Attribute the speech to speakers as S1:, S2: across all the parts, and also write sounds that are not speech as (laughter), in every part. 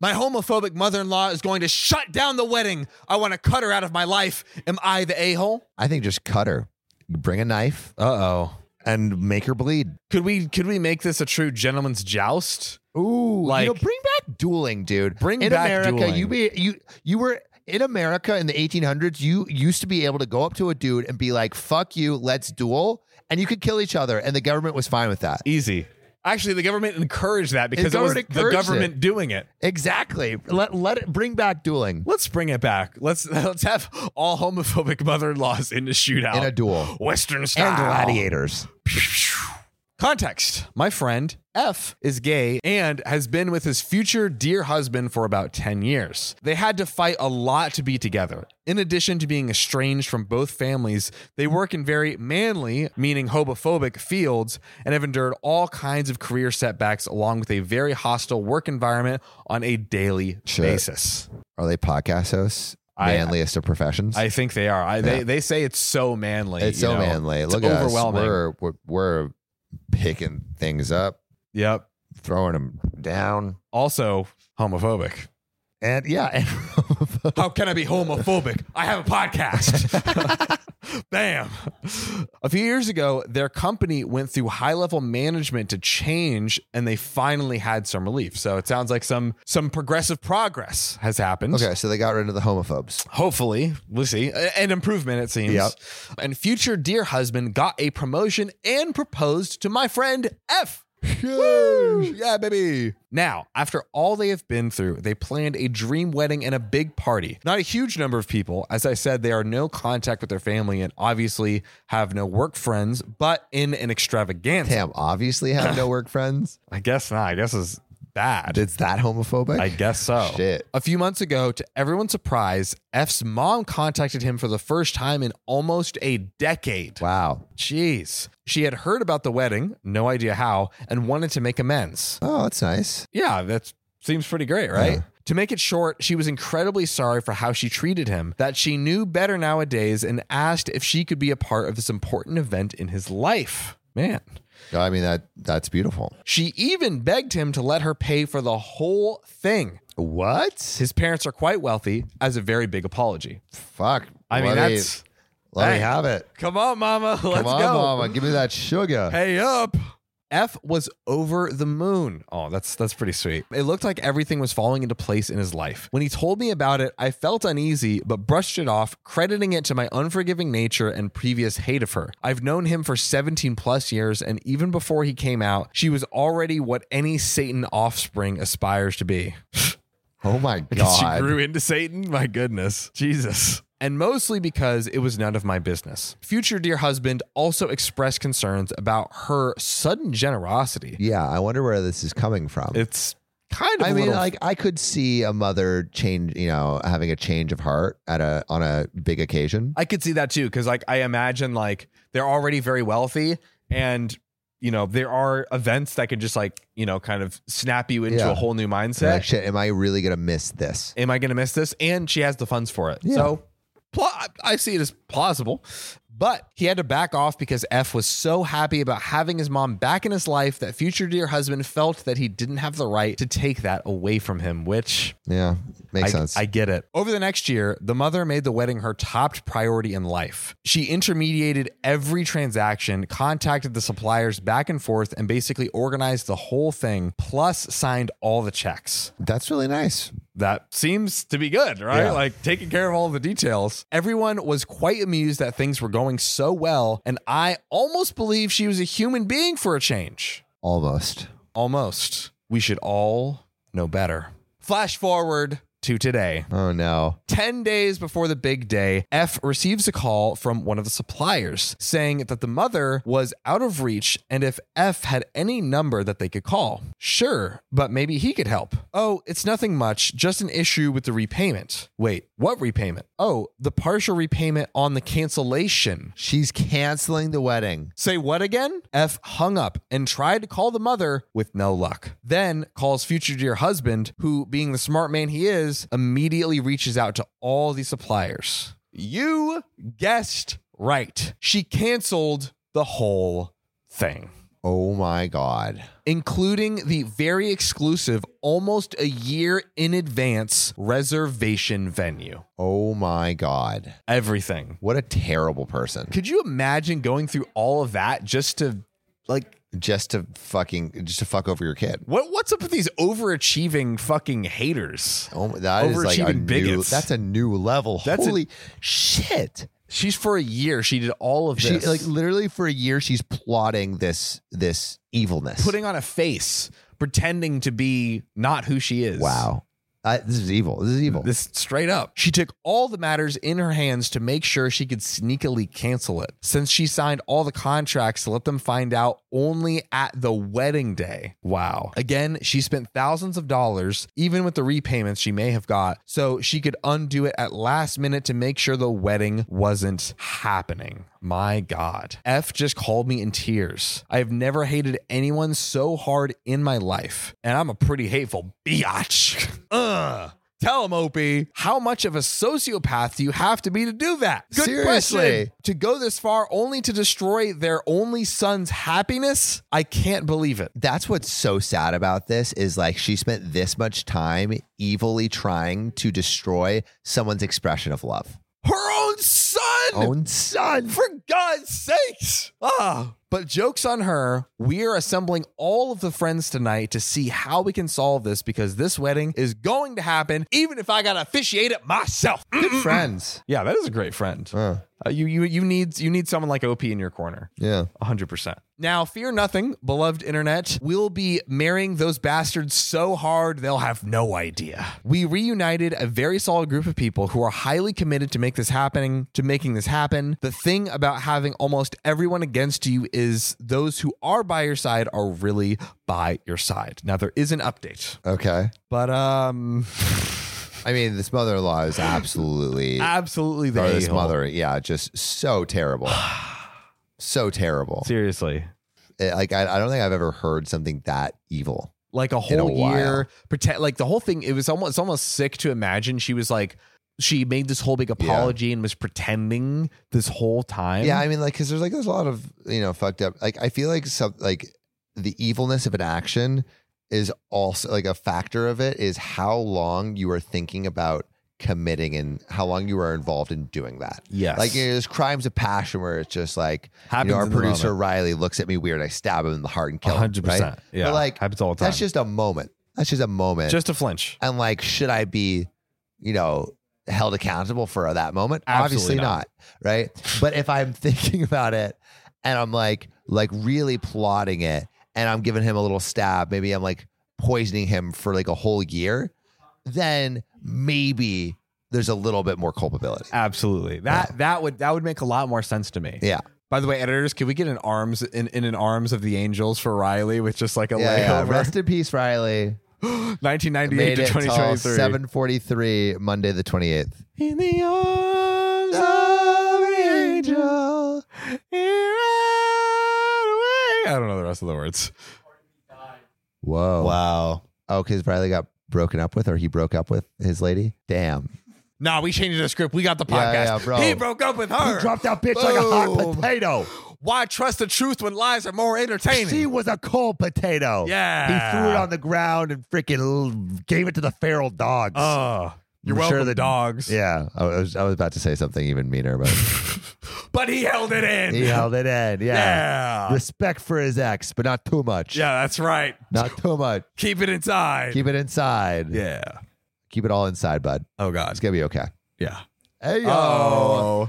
S1: My homophobic mother in law is going to shut down the wedding. I want to cut her out of my life. Am I the a hole?
S2: I think just cut her. Bring a knife
S1: Uh oh.
S2: and make her bleed.
S1: Could we could we make this a true gentleman's joust?
S2: Ooh,
S1: Like-
S2: you know, bring back dueling, dude.
S1: Bring
S2: in
S1: back
S2: America,
S1: dueling.
S2: you be you you were in America in the 1800s. You used to be able to go up to a dude and be like, "Fuck you, let's duel," and you could kill each other, and the government was fine with that.
S1: Easy. Actually, the government encouraged that because
S2: The
S1: it was
S2: government
S1: the
S2: encouraged
S1: government doing it.
S2: Exactly. Let let it bring back dueling
S1: Let's bring it back. Let's (laughs) let's have all homophobic mother-in-laws in a shootout
S2: in a duel
S1: Western style
S2: and gladiators.
S1: Context My friend F is gay and has been with his future dear husband for about 10 years. They had to fight a lot to be together. In addition to being estranged from both families, they work in very manly, meaning homophobic, fields and have endured all kinds of career setbacks along with a very hostile work environment on a daily
S2: Shit.
S1: basis.
S2: Are they podcast hosts?
S1: I-
S2: Manliest of professions.
S1: I think they are. I, they, they say it's so manly.
S2: it's
S1: you
S2: so
S1: know.
S2: manly.
S1: It's
S2: Look at
S1: overwhelming.
S2: us. We're, we're we're picking things up,
S1: Yep.
S2: throwing them down,
S1: Also homophobic.
S2: and yeah, and
S1: How can I be homophobic? I have a (laughs) podcast. Bam. A few years ago, their company went through high level management to change and they finally had some relief. So it sounds like some some progressive progress has happened.
S2: Okay, so they got rid of the homophobes.
S1: Hopefully, we'll see. A- An improvement, it seems.
S2: Yep.
S1: And future dear husband got a promotion and proposed to my friend F. Woo! Yeah, baby. Now, after all they have been through, they planned a dream wedding and a big party. Not a huge number of people. As I said, they are no contact with their family and obviously have no work friends, but in an extravaganza.
S2: Damn, obviously have no work friends.
S1: I guess not. I guess it's bad.
S2: It's that homophobic.
S1: I guess so.
S2: Shit.
S1: A few months ago, to everyone's surprise, F's mom contacted him for the first time in almost a decade.
S2: Wow.
S1: Jeez. She had heard about the wedding, no idea how, and wanted to make amends.
S2: Oh, that's nice.
S1: Yeah, that seems pretty great, right? To make it short, she was incredibly sorry for how she treated him, that she knew better nowadays, and asked if she could be a part of this important event in his life. Man.
S2: I mean that that's beautiful.
S1: She even begged him to let her pay for the whole thing.
S2: What?
S1: His parents are quite wealthy as a very big apology.
S2: Fuck.
S1: I mean,
S2: Let me-
S1: that's
S2: let
S1: Hey.
S2: me have it.
S1: come on, mama. (laughs) Let's
S2: Come on, mama, give me that sugar.
S1: Hey up. F was over the moon. Oh, that's that's pretty sweet. It looked like everything was falling into place in his life. When he told me about it, I felt uneasy but brushed it off, crediting it to my unforgiving nature and previous hate of her. I've known him for 17 plus years and even before he came out, she was already what any Satan offspring aspires to be. (laughs)
S2: Oh my
S1: Because (laughs)
S2: god.
S1: She grew into Satan. My goodness. Jesus. And mostly because it was none of my business. Future dear husband also expressed concerns about her sudden generosity.
S2: yeah, I wonder where this is coming from.
S1: It's kind of
S2: I
S1: a
S2: mean,
S1: little-
S2: like I could see a mother change, you know, having a change of heart at a on a big occasion.
S1: I could see that too, because like I imagine like they're already very wealthy and you know, there are events that could just like, you know, kind of snap you into
S2: Yeah.
S1: a whole new mindset.
S2: Like, shit, am I really gonna miss this?
S1: am I going to miss this? And she has the funds for it.
S2: Yeah.
S1: So pl- I see it as plausible. But he had to back off because F was so happy about having his mom back in his life that future dear husband felt that he didn't have the right to take that away from him, which
S2: Yeah, makes
S1: I,
S2: sense.
S1: I get it. Over the next year, the mother made the wedding her top priority in life. She intermediated every transaction, contacted the suppliers back and forth, and basically organized the whole thing, plus signed all the checks
S2: that's really nice.
S1: that seems to be good, right?
S2: Yeah.
S1: Like taking care of all the details. Everyone was quite amused that things were going so well, and I almost believe she was a human being for a change.
S2: Almost.
S1: Almost. We should all know better. Flash forward to today.
S2: Oh no.
S1: 10 days before the big day, F receives a call from one of the suppliers saying that the mother was out of reach and if F had any number that they could call. Sure, but maybe he could help. Oh, it's nothing much, just an issue with the repayment. Wait, what repayment? Oh, the partial repayment on the cancellation.
S2: She's canceling the wedding.
S1: Say what again? F hung up and tried to call the mother with no luck. Then calls future dear husband, who, being the smart man he is, immediately reaches out to all the suppliers. You guessed right. She canceled the whole thing.
S2: Oh my God.
S1: including the very exclusive, almost a year in advance reservation venue.
S2: Oh my God.
S1: Everything.
S2: What a terrible person.
S1: Could you imagine going through all of that just to like
S2: Just to fucking, just to fuck over your kid.
S1: what what's up with these overachieving fucking haters?
S2: Oh, that is like a
S1: Overachieving
S2: new,
S1: bigots.
S2: that's a new level.
S1: That's a-
S2: Holy shit.
S1: She's for a year she did all of
S2: She
S1: this.
S2: like literally for a year she's plotting this this evilness.
S1: putting on a face, pretending to be not who she is.
S2: wow. Uh, this is evil. This is evil.
S1: This straight up. She took all the matters in her hands to make sure she could sneakily cancel it, since she signed all the contracts to let them find out only at the wedding day. Wow. Again, she spent thousands of dollars, even with the repayments she may have got, so she could undo it at last minute to make sure the wedding wasn't happening. My God. F just called me in tears. I have never hated anyone so hard in my life, and I'm a pretty hateful biatch. (laughs) Uh. Ugh. Tell him, Opie, how much of a sociopath do you have to be to do that? Good
S2: Seriously.
S1: question. To go this far only to destroy their only son's happiness? I can't believe it.
S2: that's what's so sad about this is like she spent this much time evilly trying to destroy someone's expression of love.
S1: Her own son!
S2: Own son.
S1: (clears throat) For God's sakes! Ah. But joke's on her. We are assembling all of the friends tonight to see how we can solve this because this wedding is going to happen, even if I gotta officiate it myself.
S2: Good friends.
S1: Yeah, that is a great friend.
S2: Uh,
S1: Uh, you you you need you need someone like OP in your corner.
S2: yeah.
S1: 100%. Now, fear nothing, beloved internet. We'll be marrying those bastards so hard they'll have no idea. We reunited a very solid group of people who are highly committed to make this happening, to making this happen. The thing about having almost everyone against you is those who are by your side are really by your side. Now there is an update.
S2: Okay.
S1: But um (sighs)
S2: I mean, this mother-in-law
S1: (sighs)
S2: is absolutely
S1: absolutely
S2: or
S1: the
S2: this
S1: a-hole.
S2: mother, yeah, just so terrible. so terrible.
S1: Seriously.
S2: It- like I, I don't think I've ever heard something that evil.
S1: like a
S2: In a
S1: whole year pretend like the whole thing it was almost it's almost sick to imagine she was like she made this whole big apology and was pretending this whole time
S2: Yeah, I mean, like, because there's like there's a lot of you know fucked up. Like I feel like some like the evilness of an action is also like a factor of it is how long you are thinking about committing and how long you are involved in doing that.
S1: yes
S2: Like you know, there's crimes of passion where it's just like you
S1: happens
S2: know, our
S1: in the
S2: producer
S1: moment.
S2: Riley looks at me weird, I stab him in the heart and kill him.
S1: 100%
S2: Right?
S1: yeah
S2: But, like,
S1: happens all the time
S2: That's just a moment. That's just a moment.
S1: just a flinch
S2: and like should i be you know held accountable for that moment obviously
S1: Absolutely
S2: not.
S1: not.
S2: right but if i'm (laughs) thinking about it and i'm like like really plotting it and i'm giving him a little stab maybe i'm like poisoning him for like a whole year then maybe there's a little bit more culpability
S1: absolutely that that would that would make a lot more sense to me
S2: yeah
S1: by the way editors can we get an arms in, in an arms of the angels for riley with just like a
S2: yeah, yeah.
S1: layover
S2: rest in peace riley
S1: (gasps) 1998
S2: made
S1: to
S2: it till
S1: 2023
S2: 743 monday the 28th
S1: in the arms of an angel I don't know the rest of the words.
S2: Whoa. Wow. Oh, because Riley got broken up with, or he broke up with his lady? Damn.
S1: Nah, we changed the script. We got the
S2: Yeah,
S1: podcast.
S2: yeah, bro.
S1: He broke up with her.
S2: that bitch
S1: like a hot
S2: potato.
S1: Why trust the truth when lies are more entertaining?
S2: was a cold potato.
S1: yeah.
S2: the ground and freaking gave it to the feral dogs.
S1: Oh, you're
S2: I'm sure
S1: welcome,
S2: that-
S1: dogs.
S2: yeah, I was, I was about to say something even
S1: (laughs)
S2: meaner, but
S1: But he held it in.
S2: he held it in.
S1: (laughs)
S2: Yeah.
S1: Yeah.
S2: Respect for his ex, but not too much.
S1: Yeah, that's right.
S2: Not
S1: (laughs)
S2: too much.
S1: Keep it inside.
S2: Keep it inside.
S1: yeah.
S2: Keep it all inside, bud.
S1: Oh
S2: It's
S1: God.
S2: going to be okay.
S1: Yeah.
S2: Hey, yo.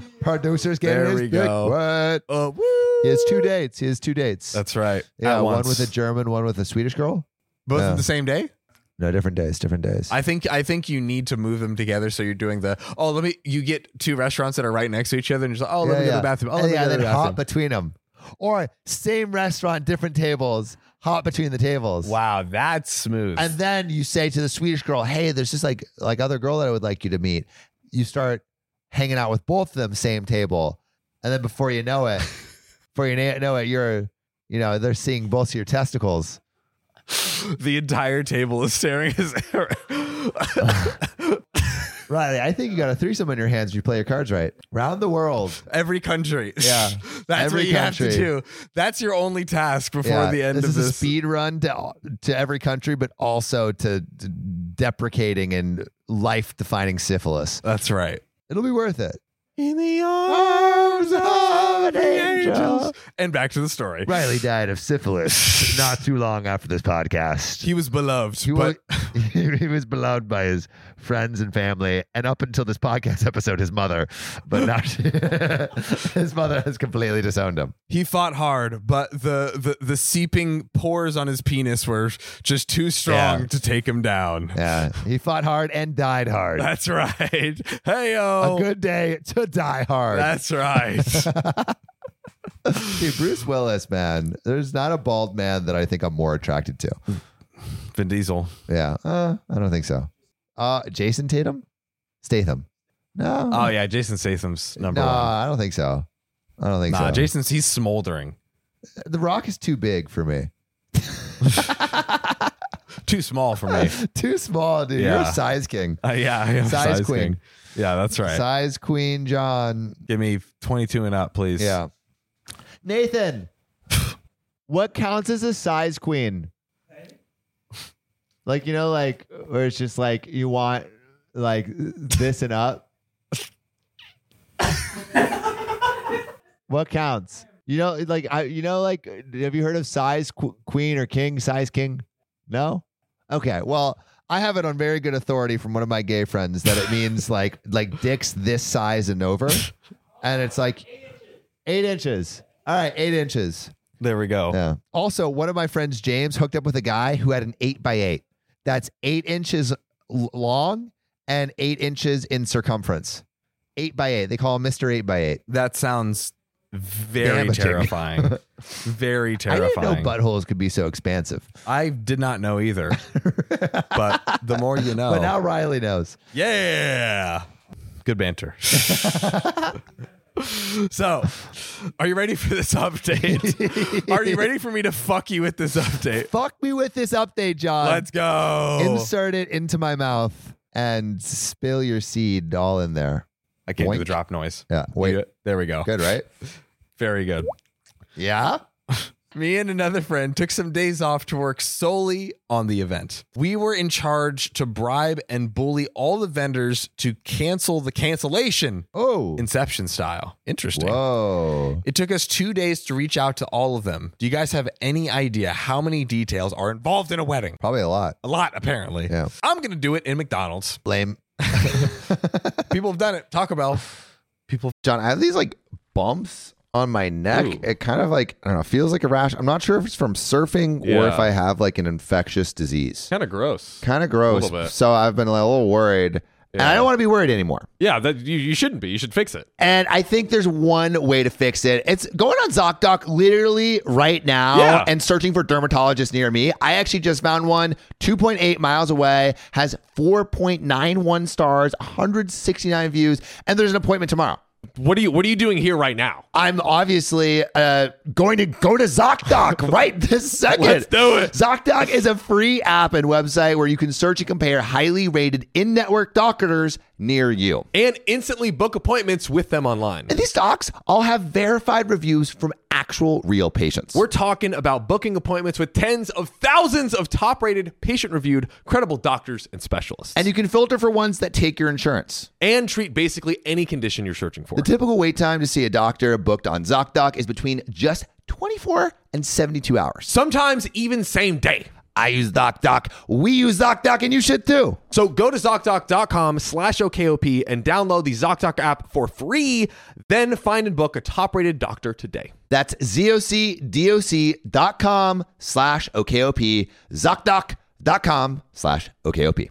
S1: Oh.
S2: Producers getting
S1: There
S2: his
S1: we
S2: dick
S1: go.
S2: wet.
S1: Uh, woo.
S2: He has two dates. He has two dates.
S1: That's right.
S2: yeah,
S1: At
S2: one
S1: once.
S2: with a German, one with a Swedish girl.
S1: both
S2: yeah.
S1: at the same day.
S2: No, different days, different days.
S1: I think I think you need to move them together. So you're doing the oh let me you get two restaurants that are right next to each other and you're just like, oh let me go to the bathroom. Oh
S2: And
S1: let me go
S2: yeah,
S1: to
S2: then
S1: the
S2: hop
S1: bathroom.
S2: between them, or same restaurant, different tables, hop between the tables.
S1: Wow, that's smooth.
S2: And then you say to the Swedish girl, "Hey, there's this like like other girl that I would like you to meet." You start hanging out with both of them, same table, and then before you
S1: (laughs)
S2: know it, before you na- know it, you're you know they're seeing both of your testicles.
S1: (gasps) the entire table is staring at
S2: Riley, I think you got a threesome on your hands if you play your cards right. Round the world.
S1: (laughs) Every country.
S2: (laughs) Yeah.
S1: (laughs) That's
S2: Every
S1: what you have to
S2: country.
S1: do. That's your only task before the end
S2: this
S1: of
S2: is a
S1: this.
S2: speed run to to every country, but also to, to deprecating and life defining syphilis.
S1: That's right.
S2: It'll be worth it.
S1: In the
S2: arms of an angel.
S1: And back to the story.
S2: Riley died
S1: (laughs)
S2: of syphilis not too long after this podcast.
S1: He was beloved.
S2: He was,
S1: but
S2: (laughs) he was beloved by his friends and family, and up until this podcast (laughs) episode, his mother. But now she- (laughs) his mother has completely disowned him.
S1: he fought hard, but the, the, the seeping pores on his penis were just too strong
S2: Yeah.
S1: to take him down.
S2: (laughs) Yeah, he fought hard and died hard.
S1: That's right. Hey,
S2: a
S1: yo.
S2: good day to die hard.
S1: That's right.
S2: (laughs) Dude, Bruce Willis, man. There's not a bald man that I think I'm more attracted to.
S1: Vin Diesel.
S2: Yeah, uh, I don't think so. Uh, Jason Tatum, Statham. No,
S1: Oh, yeah. Jason Statham's number
S2: no,
S1: one.
S2: I don't think so. I don't think
S1: Nah,
S2: so.
S1: Jason's, he's smoldering.
S2: the Rock is too big for me.
S1: Too small for
S2: (laughs)
S1: me.
S2: too small, dude. You're
S1: Yeah.
S2: a size king,
S1: Uh, yeah, I am
S2: Size queen.
S1: Yeah, that's right.
S2: size queen, John.
S1: Give me 22 and up, please.
S2: Yeah, Nathan. what counts as a size queen?
S3: Like you know, like where it's just like you want like this and up. what counts? You know, like I, you know, like have you heard of size qu- queen or king? Size king? No.
S2: Okay, well, I have it on very good authority from one of my gay friends that it means like like dicks this size and over, and it's like
S3: Eight inches.
S2: all right, eight inches.
S1: There we go.
S2: Yeah. Also, one of my friends, James, hooked up with a guy who had an eight by eight. That's eight inches l- long and eight inches in circumference. Eight by eight. They call him Mister Eight by Eight.
S1: That sounds very
S2: Damaging. (laughs)
S1: terrifying. very
S2: I didn't know
S1: terrifying.
S2: buttholes could be so expansive,
S1: I did not know
S2: (laughs)
S1: either. but the more you know.
S2: but now Riley knows.
S1: yeah. Good
S2: (laughs)
S1: banter. so, are you ready for this
S2: (laughs)
S1: update? are you ready for me to fuck you with this update?
S2: Fuck me with this update, John.
S1: Let's go.
S2: Uh, Insert it into my mouth and spill your seed all in there.
S1: I can't do
S2: Boink.
S1: the drop noise.
S2: Yeah. Wait.
S1: You- There we go.
S2: Good, right?
S1: Very good.
S2: Yeah.
S1: Me and another friend took some days off to work solely on the event. We were in charge to bribe and bully all the vendors to cancel the cancellation,
S2: Oh.
S1: Inception style. Interesting.
S2: Whoa.
S1: It took us two days to reach out to all of them. Do you guys have any idea how many details are involved in a wedding?
S2: Probably a lot.
S1: A lot, apparently.
S2: Yeah.
S1: I'm going to do it in McDonald's.
S2: Blame.
S1: People have done it. Taco Bell.
S2: John, I have these like bumps on my neck.
S1: Ooh.
S2: It kind of like I don't know, feels like a rash. I'm not sure if it's from surfing or
S1: Yeah.
S2: if I have like an infectious disease.
S1: Kind of gross.
S2: Kind of gross.
S1: little bit.
S2: So I've been like, a little worried. And I don't want to be worried anymore.
S1: Yeah, that you, you shouldn't be. You should fix it.
S2: And I think there's one way to fix it. It's going on ZocDoc literally right now
S1: Yeah.
S2: and searching for dermatologists near me. I actually just found one 2.8 miles away, has 4.91 stars, 169 views, and there's an appointment tomorrow.
S4: What are you What are you doing here right now?
S2: I'm obviously uh, going to go
S4: (laughs)
S2: to ZocDoc right this second.
S4: Let's do it.
S2: ZocDoc is a free app and website where you can search and compare highly rated in network doctors near you.
S4: And instantly book appointments with them online.
S2: And these docs all have verified reviews from actual real patients.
S4: We're talking about booking appointments with tens of thousands of top-rated, patient-reviewed, credible doctors and specialists,
S2: and you can filter for ones that take your insurance.
S4: and treat basically any condition you're searching for.
S2: The typical wait time to see a doctor booked on ZocDoc is between just 24 and 72 hours.
S4: Sometimes even same day.
S2: I use ZocDoc. We use ZocDoc, and you should too.
S4: So go to ZocDoc.com slash OKOP and download the ZocDoc app for free. Then find and book a top-rated doctor today.
S2: That's zocdoc.com slash OKOP, zocdoc.com slash (laughs) OKOP.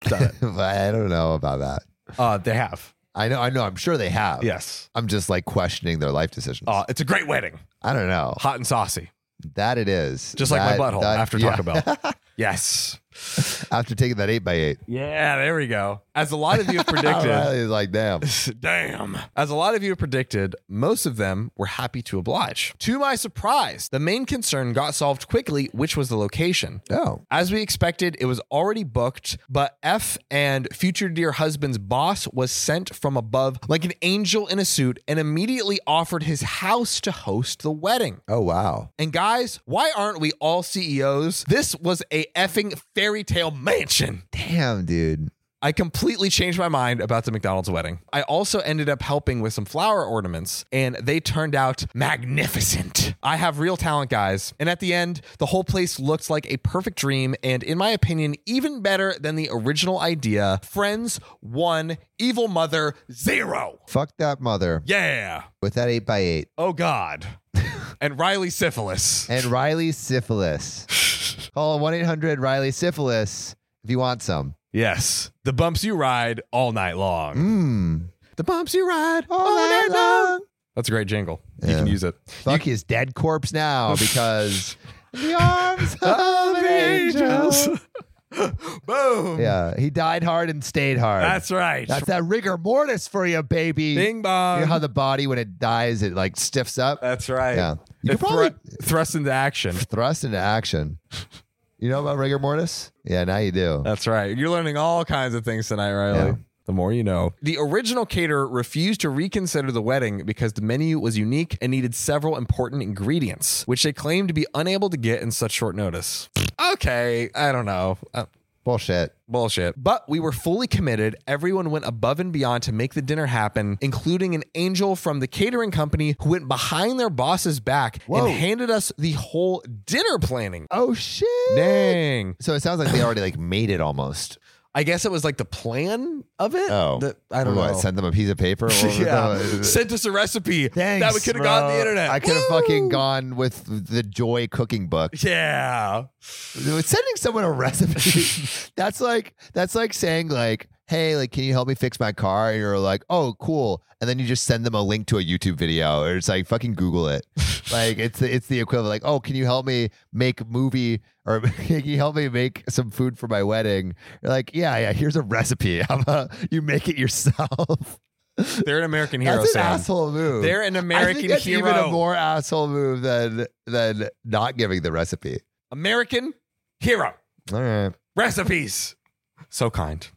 S2: I don't know about that.
S1: Uh, they have.
S2: I know, I know, I'm sure they have.
S1: Yes.
S2: I'm just like questioning their life decisions.
S1: Uh, it's a great wedding.
S2: I don't know.
S1: Hot and saucy.
S2: That it is.
S1: Just like my
S2: That-
S1: butthole
S2: that-
S1: after
S2: yeah.
S1: Taco (laughs) Bell. yes.
S2: after taking that eight by eight.
S1: Yeah, there we go. As a lot of you
S4: (laughs)
S1: have predicted,
S2: Riley's like, (laughs) damn.
S1: Damn. As a lot of you have predicted, most of them were happy to oblige. To my surprise, the main concern got solved quickly, which was the location.
S2: Oh.
S1: As we expected, it was already booked, but F and future dear husband's boss was sent from above like an angel in a suit and immediately offered his house to host the wedding.
S2: Oh wow.
S1: And guys, why aren't we all CEOs? This was a effing fairy tale mansion.
S2: Damn, dude.
S1: I completely changed my mind about the McDonald's wedding. I also ended up helping with some flower ornaments, and they turned out magnificent. I have real talent, guys. And at the end, the whole place looked like a perfect dream, and in my opinion, even better than the original idea. Friends, one, evil mother, zero.
S2: Fuck that mother
S1: Yeah.
S2: with that eight by eight.
S1: Oh, God. (laughs) and Riley syphilis.
S2: And Riley syphilis.
S1: (laughs)
S2: Call one eight hundred Riley syphilis if you want some.
S1: Yes. The bumps you ride all night long.
S2: Mmm.
S1: The bumps you ride Mm. Oh, all, night
S2: night
S1: long.
S2: long.
S1: That's a great jingle. You
S2: Yeah.
S1: can use it.
S2: Fuck his dead
S1: (laughs)
S2: corpse now because the arms (laughs) of an angel.
S1: (laughs) Boom.
S2: Yeah, he died hard and stayed hard.
S1: That's right.
S2: That's that rigor mortis for you, baby.
S1: Bing
S2: you
S1: bong.
S2: know how the body when it dies, it like stiffs up.
S1: That's right.
S2: yeah, you
S1: It
S2: could probably
S1: thru- thrust into action.
S2: thrust into action. You know about rigor mortis? Yeah, now you do.
S1: That's right. You're learning all kinds of things tonight, Riley.
S2: Yeah.
S1: The more you know. The original caterer refused to reconsider the wedding because the menu was unique and needed several important ingredients, which they claimed to be unable to get in such short notice. Okay, I don't know. Uh,
S2: Bullshit.
S1: Bullshit. But we were fully committed. Everyone went above and beyond to make the dinner happen, including an angel from the catering company who went behind their boss's back
S2: Whoa.
S1: and handed us the whole dinner planning.
S2: Oh shit.
S1: Dang.
S2: So it sounds like they already like made it almost.
S1: I guess it was like the plan of it.
S2: Oh.
S1: The- (laughs) I don't
S2: What,
S1: know. (laughs)
S2: Sent them a piece of paper. What was
S1: yeah.
S2: the-
S1: Sent us a recipe
S2: Thanks,
S1: that we could have
S2: bro.
S1: gotten the internet.
S2: I could have
S1: Woo!
S2: fucking gone with the joy cooking book.
S1: Yeah.
S2: Sending someone
S1: (laughs)
S2: a recipe. that's like that's like saying like, hey, like, can you help me fix my car? And you're like, oh, cool. And then you just send them a link to a YouTube video, or it's like fucking Google it. like it's the, it's the equivalent. Like, oh, can you help me make a movie or (laughs) can you help me make some food for my wedding? You're like, yeah, yeah. Here's a recipe. (laughs) How about you make it yourself?
S1: They're an American (laughs) hero,
S2: that's an
S1: Sam.
S2: asshole move.
S1: They're an
S2: I
S1: American
S2: think that's
S1: hero.
S2: even a more asshole move than than not giving the recipe.
S1: American hero.
S2: All right.
S1: recipes. So kind.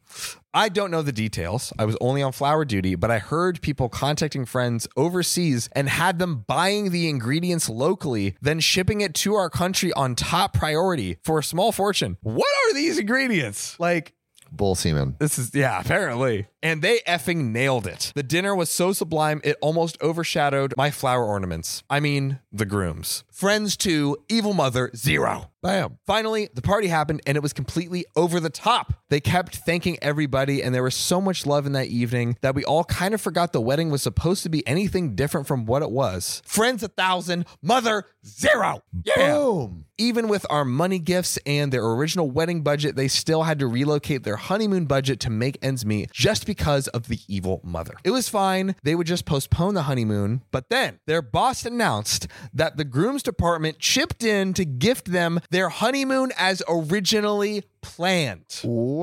S1: I don't know the details. I was only on flower duty, but I heard people contacting friends overseas and had them buying the ingredients locally, then shipping it to our country on top priority for a small fortune. What are these ingredients? Like,
S2: Bull semen.
S1: this is, yeah, apparently. And they effing nailed it. The dinner was so sublime, it almost overshadowed my flower ornaments. I mean, the grooms. Friends to Evil Mother Zero. Bam. Finally, the party happened and it was completely over the top. They kept thanking everybody, and there was so much love in that evening that we all kind of forgot the wedding was supposed to be anything different from what it was. Friends a thousand, mother zero. Yeah.
S2: Boom.
S1: Even with our money gifts and their original wedding budget, they still had to relocate their honeymoon budget to make ends meet just because of the evil mother. It was fine. They would just postpone the honeymoon. But then their boss announced that the groom's department chipped in to gift them their honeymoon as originally planned.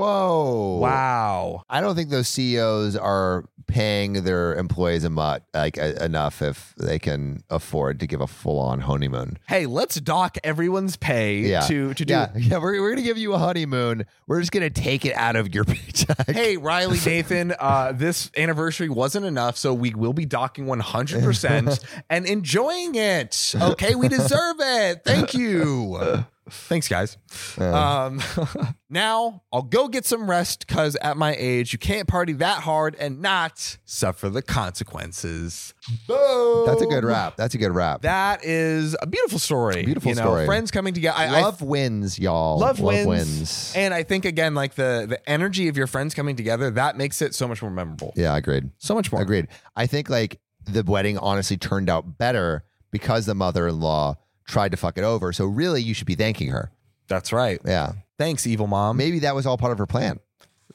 S2: Whoa.
S1: Wow.
S2: I don't think those CEOs are paying their employees a much like a, enough if they can afford to give a full on honeymoon.
S1: Hey, let's dock everyone's pay
S2: Yeah.
S1: to, to do.
S2: yeah, yeah, we're, we're gonna give you a honeymoon. We're just gonna take it out of your (laughs) paycheck.
S1: Hey, Riley Nathan, uh, this anniversary wasn't enough, so we will be docking
S2: (laughs)
S1: 100% and enjoying it. Okay, we deserve it. Thank you. Thanks, guys. Um, (laughs) now I'll go get some rest because at my age, you can't party that hard and not suffer the consequences. Boom.
S2: That's a good rap. That's a good rap.
S1: That is a beautiful story.
S2: Beautiful
S1: you know,
S2: story.
S1: Friends coming together. I
S2: love wins, y'all.
S1: love, wins.
S2: wins.
S1: And I think again, like the the energy of your friends coming together, that makes it so much more memorable.
S2: yeah, agreed.
S1: So much more.
S2: Agreed. I think like the wedding honestly turned out better because the mother in law tried to fuck it over. So really, you should be thanking her.
S1: That's right.
S2: Yeah.
S1: Thanks, evil mom.
S2: Maybe that was all part of her plan.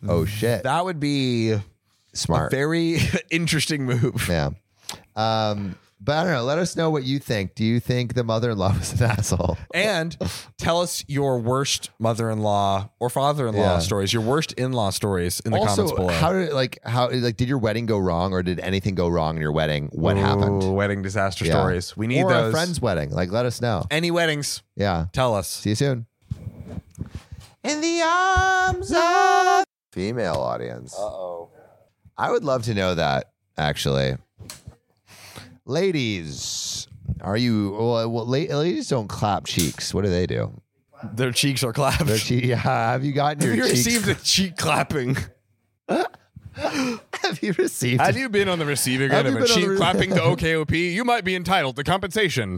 S2: Oh shit.
S1: That would be A
S2: Smart.
S1: very (laughs) interesting move.
S2: yeah. Um, but I don't know. Let us know what you think. Do you think the mother-in-law was an (laughs) asshole? (laughs)
S1: And tell us your worst mother-in-law or father-in-law
S2: Yeah.
S1: stories, your worst in-law stories in the comments
S2: also,
S1: below.
S2: how did like how like did your wedding go wrong, or did anything go wrong in your wedding? What happened?
S1: Ooh, Wedding disaster
S2: Yeah.
S1: stories. We need
S2: or
S1: those.
S2: a friend's wedding. Like, let us know.
S1: Any weddings?
S2: Yeah.
S1: Tell us.
S2: See you soon. In the arms of female audience. Uh oh. I would love to know that, actually. Ladies, are you? Well, well, la- ladies don't clap cheeks. What do they do?
S1: Their cheeks are clapped. (laughs)
S2: Their che- (laughs) yeah, have you gotten your
S1: Have you
S2: cheeks?
S1: received a cheek clapping?
S2: (laughs) have you received?
S1: Have you been on the receiving
S2: Have
S1: end
S2: you
S1: of a
S2: been on
S1: cheek
S2: the-
S1: clapping to OKOP? You might be entitled to (laughs) compensation.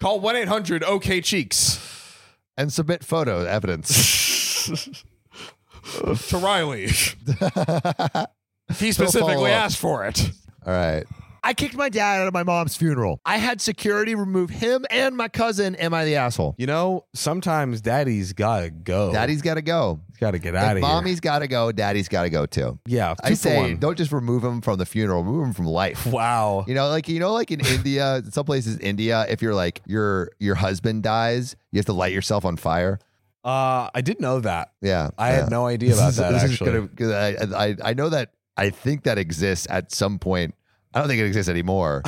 S1: Call 1 800 OK Cheeks
S2: and submit photo evidence. (laughs)
S1: to Riley. he specifically
S2: follow up.
S1: asked for it.
S2: All right.
S3: I kicked my dad out of my mom's funeral.
S2: I had security remove him and my cousin. Am I the asshole?
S1: You know, sometimes daddy's gotta go.
S2: Daddy's got to go.
S1: He's gotta get
S2: If
S1: out of here.
S2: mommy's got to go. Daddy's got to go too.
S1: Yeah, two
S2: I
S1: for
S2: say,
S1: one.
S2: don't just remove him from the funeral, remove him from life.
S1: Wow.
S2: You know, like you know,
S1: (laughs)
S2: like in India, some places India, if you're like your your husband dies, you have to light yourself on fire.
S1: Uh, I did know that.
S2: Yeah,
S1: I
S2: yeah.
S1: had no idea about
S2: This is-
S1: that.
S2: this is
S1: actually,
S2: gonna- 'cause I, I I know that I think that exists at some point. I don't think it
S1: (laughs)
S2: exists anymore.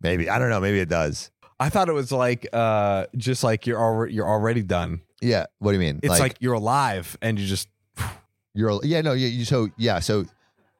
S2: maybe I don't know. Maybe it does.
S1: I thought it was like uh, just like you're already you're already done.
S2: Yeah. What do you mean?
S1: It's like, you're alive and you just
S2: you're yeah no you, you so yeah so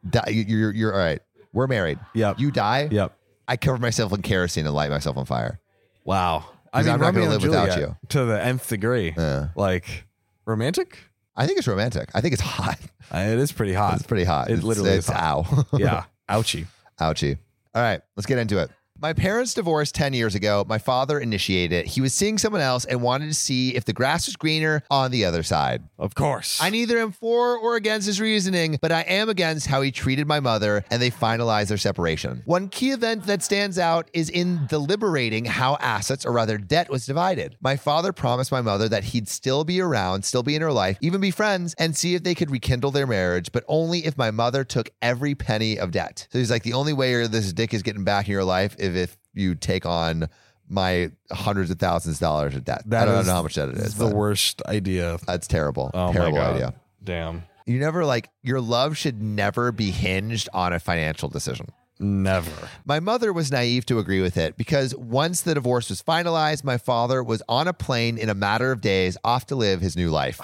S2: di- you- you're you're all right. We're married.
S1: Yep.
S2: You die.
S1: yep.
S2: I cover myself in kerosene and light myself on fire.
S1: Wow. I
S2: 'Cause
S1: mean,
S2: I'm not gonna
S1: Romeo and
S2: live without
S1: Juliet
S2: you.
S1: to the nth degree.
S2: Yeah.
S1: Like romantic.
S2: I think it's romantic. I think it's (laughs) hot.
S1: Uh, it is pretty
S2: It's (laughs)
S1: hot.
S2: pretty hot.
S1: It literally
S2: it's
S1: is
S2: ow. (laughs)
S1: yeah. Ouchie.
S2: Ouchie. All right, let's get into it. My parents divorced 10 years ago. My father initiated it. He was seeing someone else and wanted to see if the grass was greener on the other side.
S1: Of course.
S2: I neither am for or against his reasoning, but I am against how he treated my mother and they finalized their separation. One key event that stands out is in deliberating how assets or rather debt was divided. My father promised my mother that he'd still be around, still be in her life, even be friends, and see if they could rekindle their marriage, but only if my mother took every penny of debt. So he's like, the only way this dick is getting back in your life is if you take on my hundreds of thousands of dollars of debt. I
S1: That
S2: don't
S1: is
S2: know how much that it is.
S1: the
S2: but
S1: worst idea.
S2: That's terrible.
S1: Oh
S2: terrible
S1: my god.
S2: idea
S1: Damn.
S2: you never like your love should never be hinged on a financial decision.
S1: Never.
S2: My mother was naive to agree with it because once the divorce was finalized, my father was on a plane in a matter of days off to live his new life.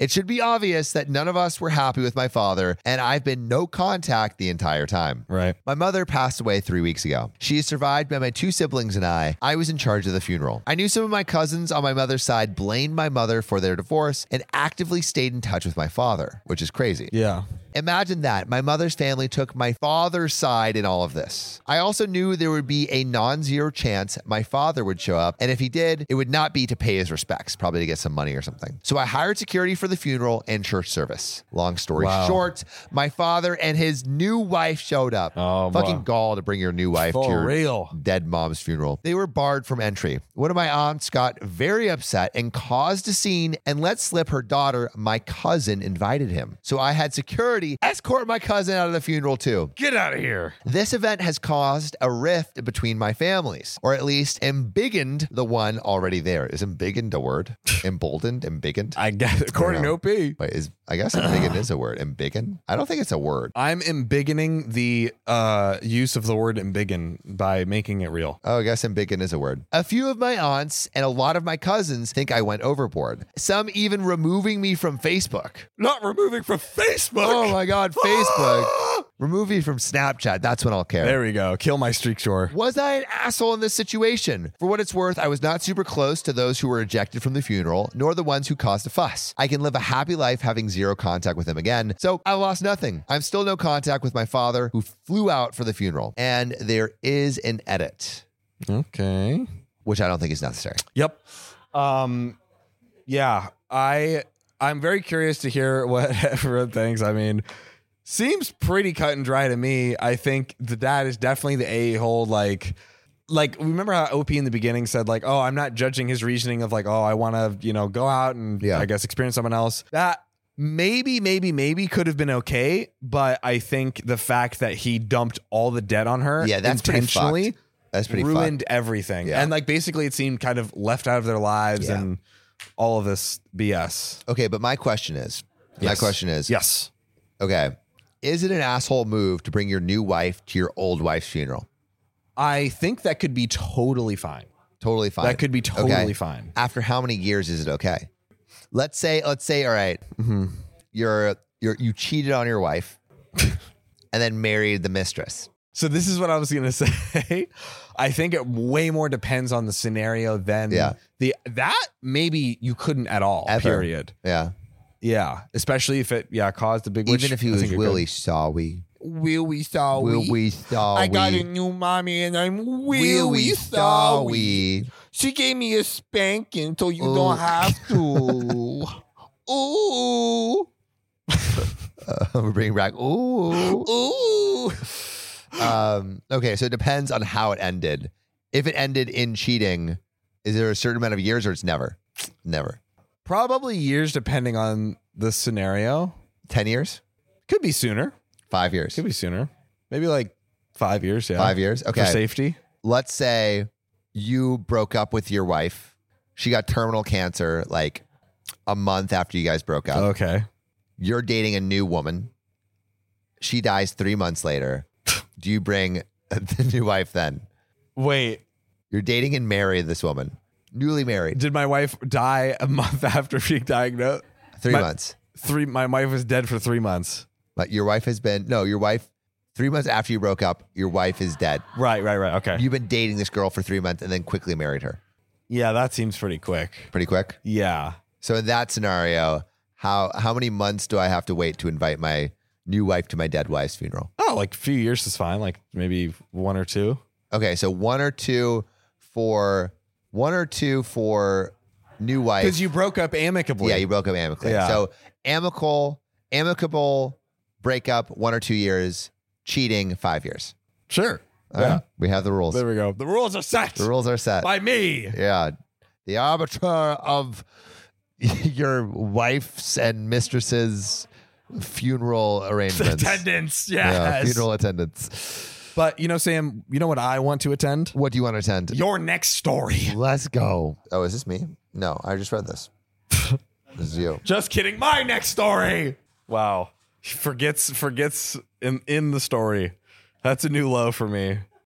S2: It should be obvious that none of us were happy with my father, and I've been no contact the entire time.
S1: Right.
S2: My mother passed away three weeks ago. She is survived by my two siblings and I. I was in charge of the funeral. I knew some of my cousins on my mother's side blamed my mother for their divorce and actively stayed in touch with my father, which is crazy.
S1: Yeah.
S2: Imagine that. My mother's family took my father's side in all of this. I also knew there would be a non zero chance my father would show up, and if he did, it would not be to pay his respects, probably to get some money or something. So I hired security for the funeral and church service. Long story
S1: Wow.
S2: short, my father and his new wife showed up.
S1: Oh,
S2: Fucking
S1: wow.
S2: gall to bring your new wife to
S1: For
S2: your
S1: real.
S2: dead mom's funeral. They were barred from entry. One of my aunts got very upset and caused a scene and let slip her daughter, my cousin, invited him. So I had security escort my cousin out of the funeral too.
S1: Get out of here.
S2: This event has caused a rift between my families, or at least embiggened the one already there. Is embiggened a word? Emboldened? Embiggened?
S1: I guess according to OP.
S2: Wait, is I guess embiggened is a word. Embiggen? I don't think it's a word.
S1: I'm embiggening the uh, use of the word embiggen by making it real.
S2: Oh, I guess embiggen is a word. A few of my aunts and a lot of my cousins think I went overboard. Some even removing me from Facebook.
S1: Not removing from Facebook.
S2: Oh my God, Facebook. Remove me from Snapchat. That's when I'll care.
S1: There we go. Kill my streak store.
S2: Was I an asshole in this situation? For what it's worth, I was not super close to those who were ejected from the funeral, nor the ones who caused a fuss. I can live a happy life having zero contact with them again, so I lost nothing. I'm still no contact with my father, who flew out for the funeral. And there is an edit,
S1: Okay.
S2: which I don't think is necessary.
S1: Yep. Um yeah, I I'm very curious to hear (laughs) what everyone thinks. I mean, seems pretty cut and dry to me. I think the dad is definitely the a-hole like like remember how OP in the beginning said like, "Oh, I'm not judging his reasoning of like, oh, I want to, you know, go out and
S2: Yeah.
S1: I guess experience someone else." That maybe, maybe, maybe could have been okay, but I think the fact that he dumped all the debt on her
S2: Yeah, that's pretty
S1: intentionally
S2: fucked. That's pretty
S1: ruined everything.
S2: Yeah.
S1: And like basically it seemed kind of left out of their lives
S2: Yeah.
S1: and all of this BS.
S2: fucked. Okay, but my question is, my
S1: Yes.
S2: question is,
S1: Yes.
S2: okay, is it an asshole move to bring your new wife to your old wife's funeral?
S1: I think that could be totally fine.
S2: Totally fine.
S1: That could be
S2: Okay.
S1: totally fine.
S2: After how many years is it okay? Let's say, let's say, all right,
S1: Mhm.
S2: you're you're you cheated on your
S1: (laughs)
S2: wife, and then married the mistress.
S1: So this is what I was gonna (laughs) say. I think it way more depends on the scenario than
S2: Yeah.
S1: the that maybe you couldn't at all.
S2: Ever.
S1: Period.
S2: Yeah,
S1: Yeah, especially if it yeah caused a big. which
S2: even if he
S1: I
S2: was
S1: think it
S2: Willie Sawy.
S1: could. Willy sorry.
S2: Will we saw
S1: I got a new mommy and I'm
S2: Will
S1: Willy
S2: we
S1: sorry. She gave me a spanking so you
S2: Ooh.
S1: don't have to.
S2: (laughs)
S1: Ooh,
S2: Uh, (laughs) we're bringing back. Ooh.
S1: ooh.
S2: um, okay, so it depends on how it ended. If it ended in cheating, is there a certain amount of years or it's never? Never.
S1: Probably years depending on the scenario.
S2: 10 years?
S1: Could be sooner.
S2: Five years?
S1: Could be sooner. Maybe like five years. Yeah.
S2: Five years?
S1: For
S2: Okay.
S1: safety.
S2: Let's say you broke up with your wife. She got terminal cancer like a month after you guys broke up.
S1: Okay.
S2: You're dating a new woman. She dies three
S1: (laughs)
S2: months later. Do you bring the new wife then?
S1: Wait,
S2: You're dating and marry this woman, newly married,
S1: did my wife die a month (laughs) after being diagnosed?
S2: three
S1: My-
S2: months.
S1: Three. My wife was dead for three months.
S2: But your wife has been no, your wife. Three months after you broke up, your wife is dead.
S1: Right. Right. Right. Okay.
S2: You've been dating this girl for three months and then quickly married her.
S1: yeah, that seems pretty quick.
S2: Pretty quick.
S1: Yeah.
S2: So in that scenario, how how many months do I have to wait to invite my new wife to my dead wife's funeral?
S1: Oh, like a few years is fine. Like maybe one or two.
S2: Okay, so one or two for one or two for new wife.
S1: Because you broke up amicably.
S2: Yeah, you broke up amicably.
S1: Yeah.
S2: So amicable, amicable breakup, one or two years. Cheating, five years.
S1: sure.
S2: All
S1: Yeah.
S2: right, we have the Uh-huh. rules.
S1: There
S2: The
S1: we go. The rules are set
S2: rules are set.
S1: by me.
S2: Yeah, the arbiter of (laughs) your wife's and mistress's funeral arrangements.
S1: Attendance.
S2: Yeah,
S1: Yes.
S2: funeral attendance.
S1: but you know, Sam, you know what I want to attend?
S2: What do you want to attend?
S1: Your next story.
S2: Let's go. Oh, is this me? No, I just read (laughs) this. this is you.
S1: Just kidding. My next story. Wow. He forgets forgets in in the story. That's a new low for me.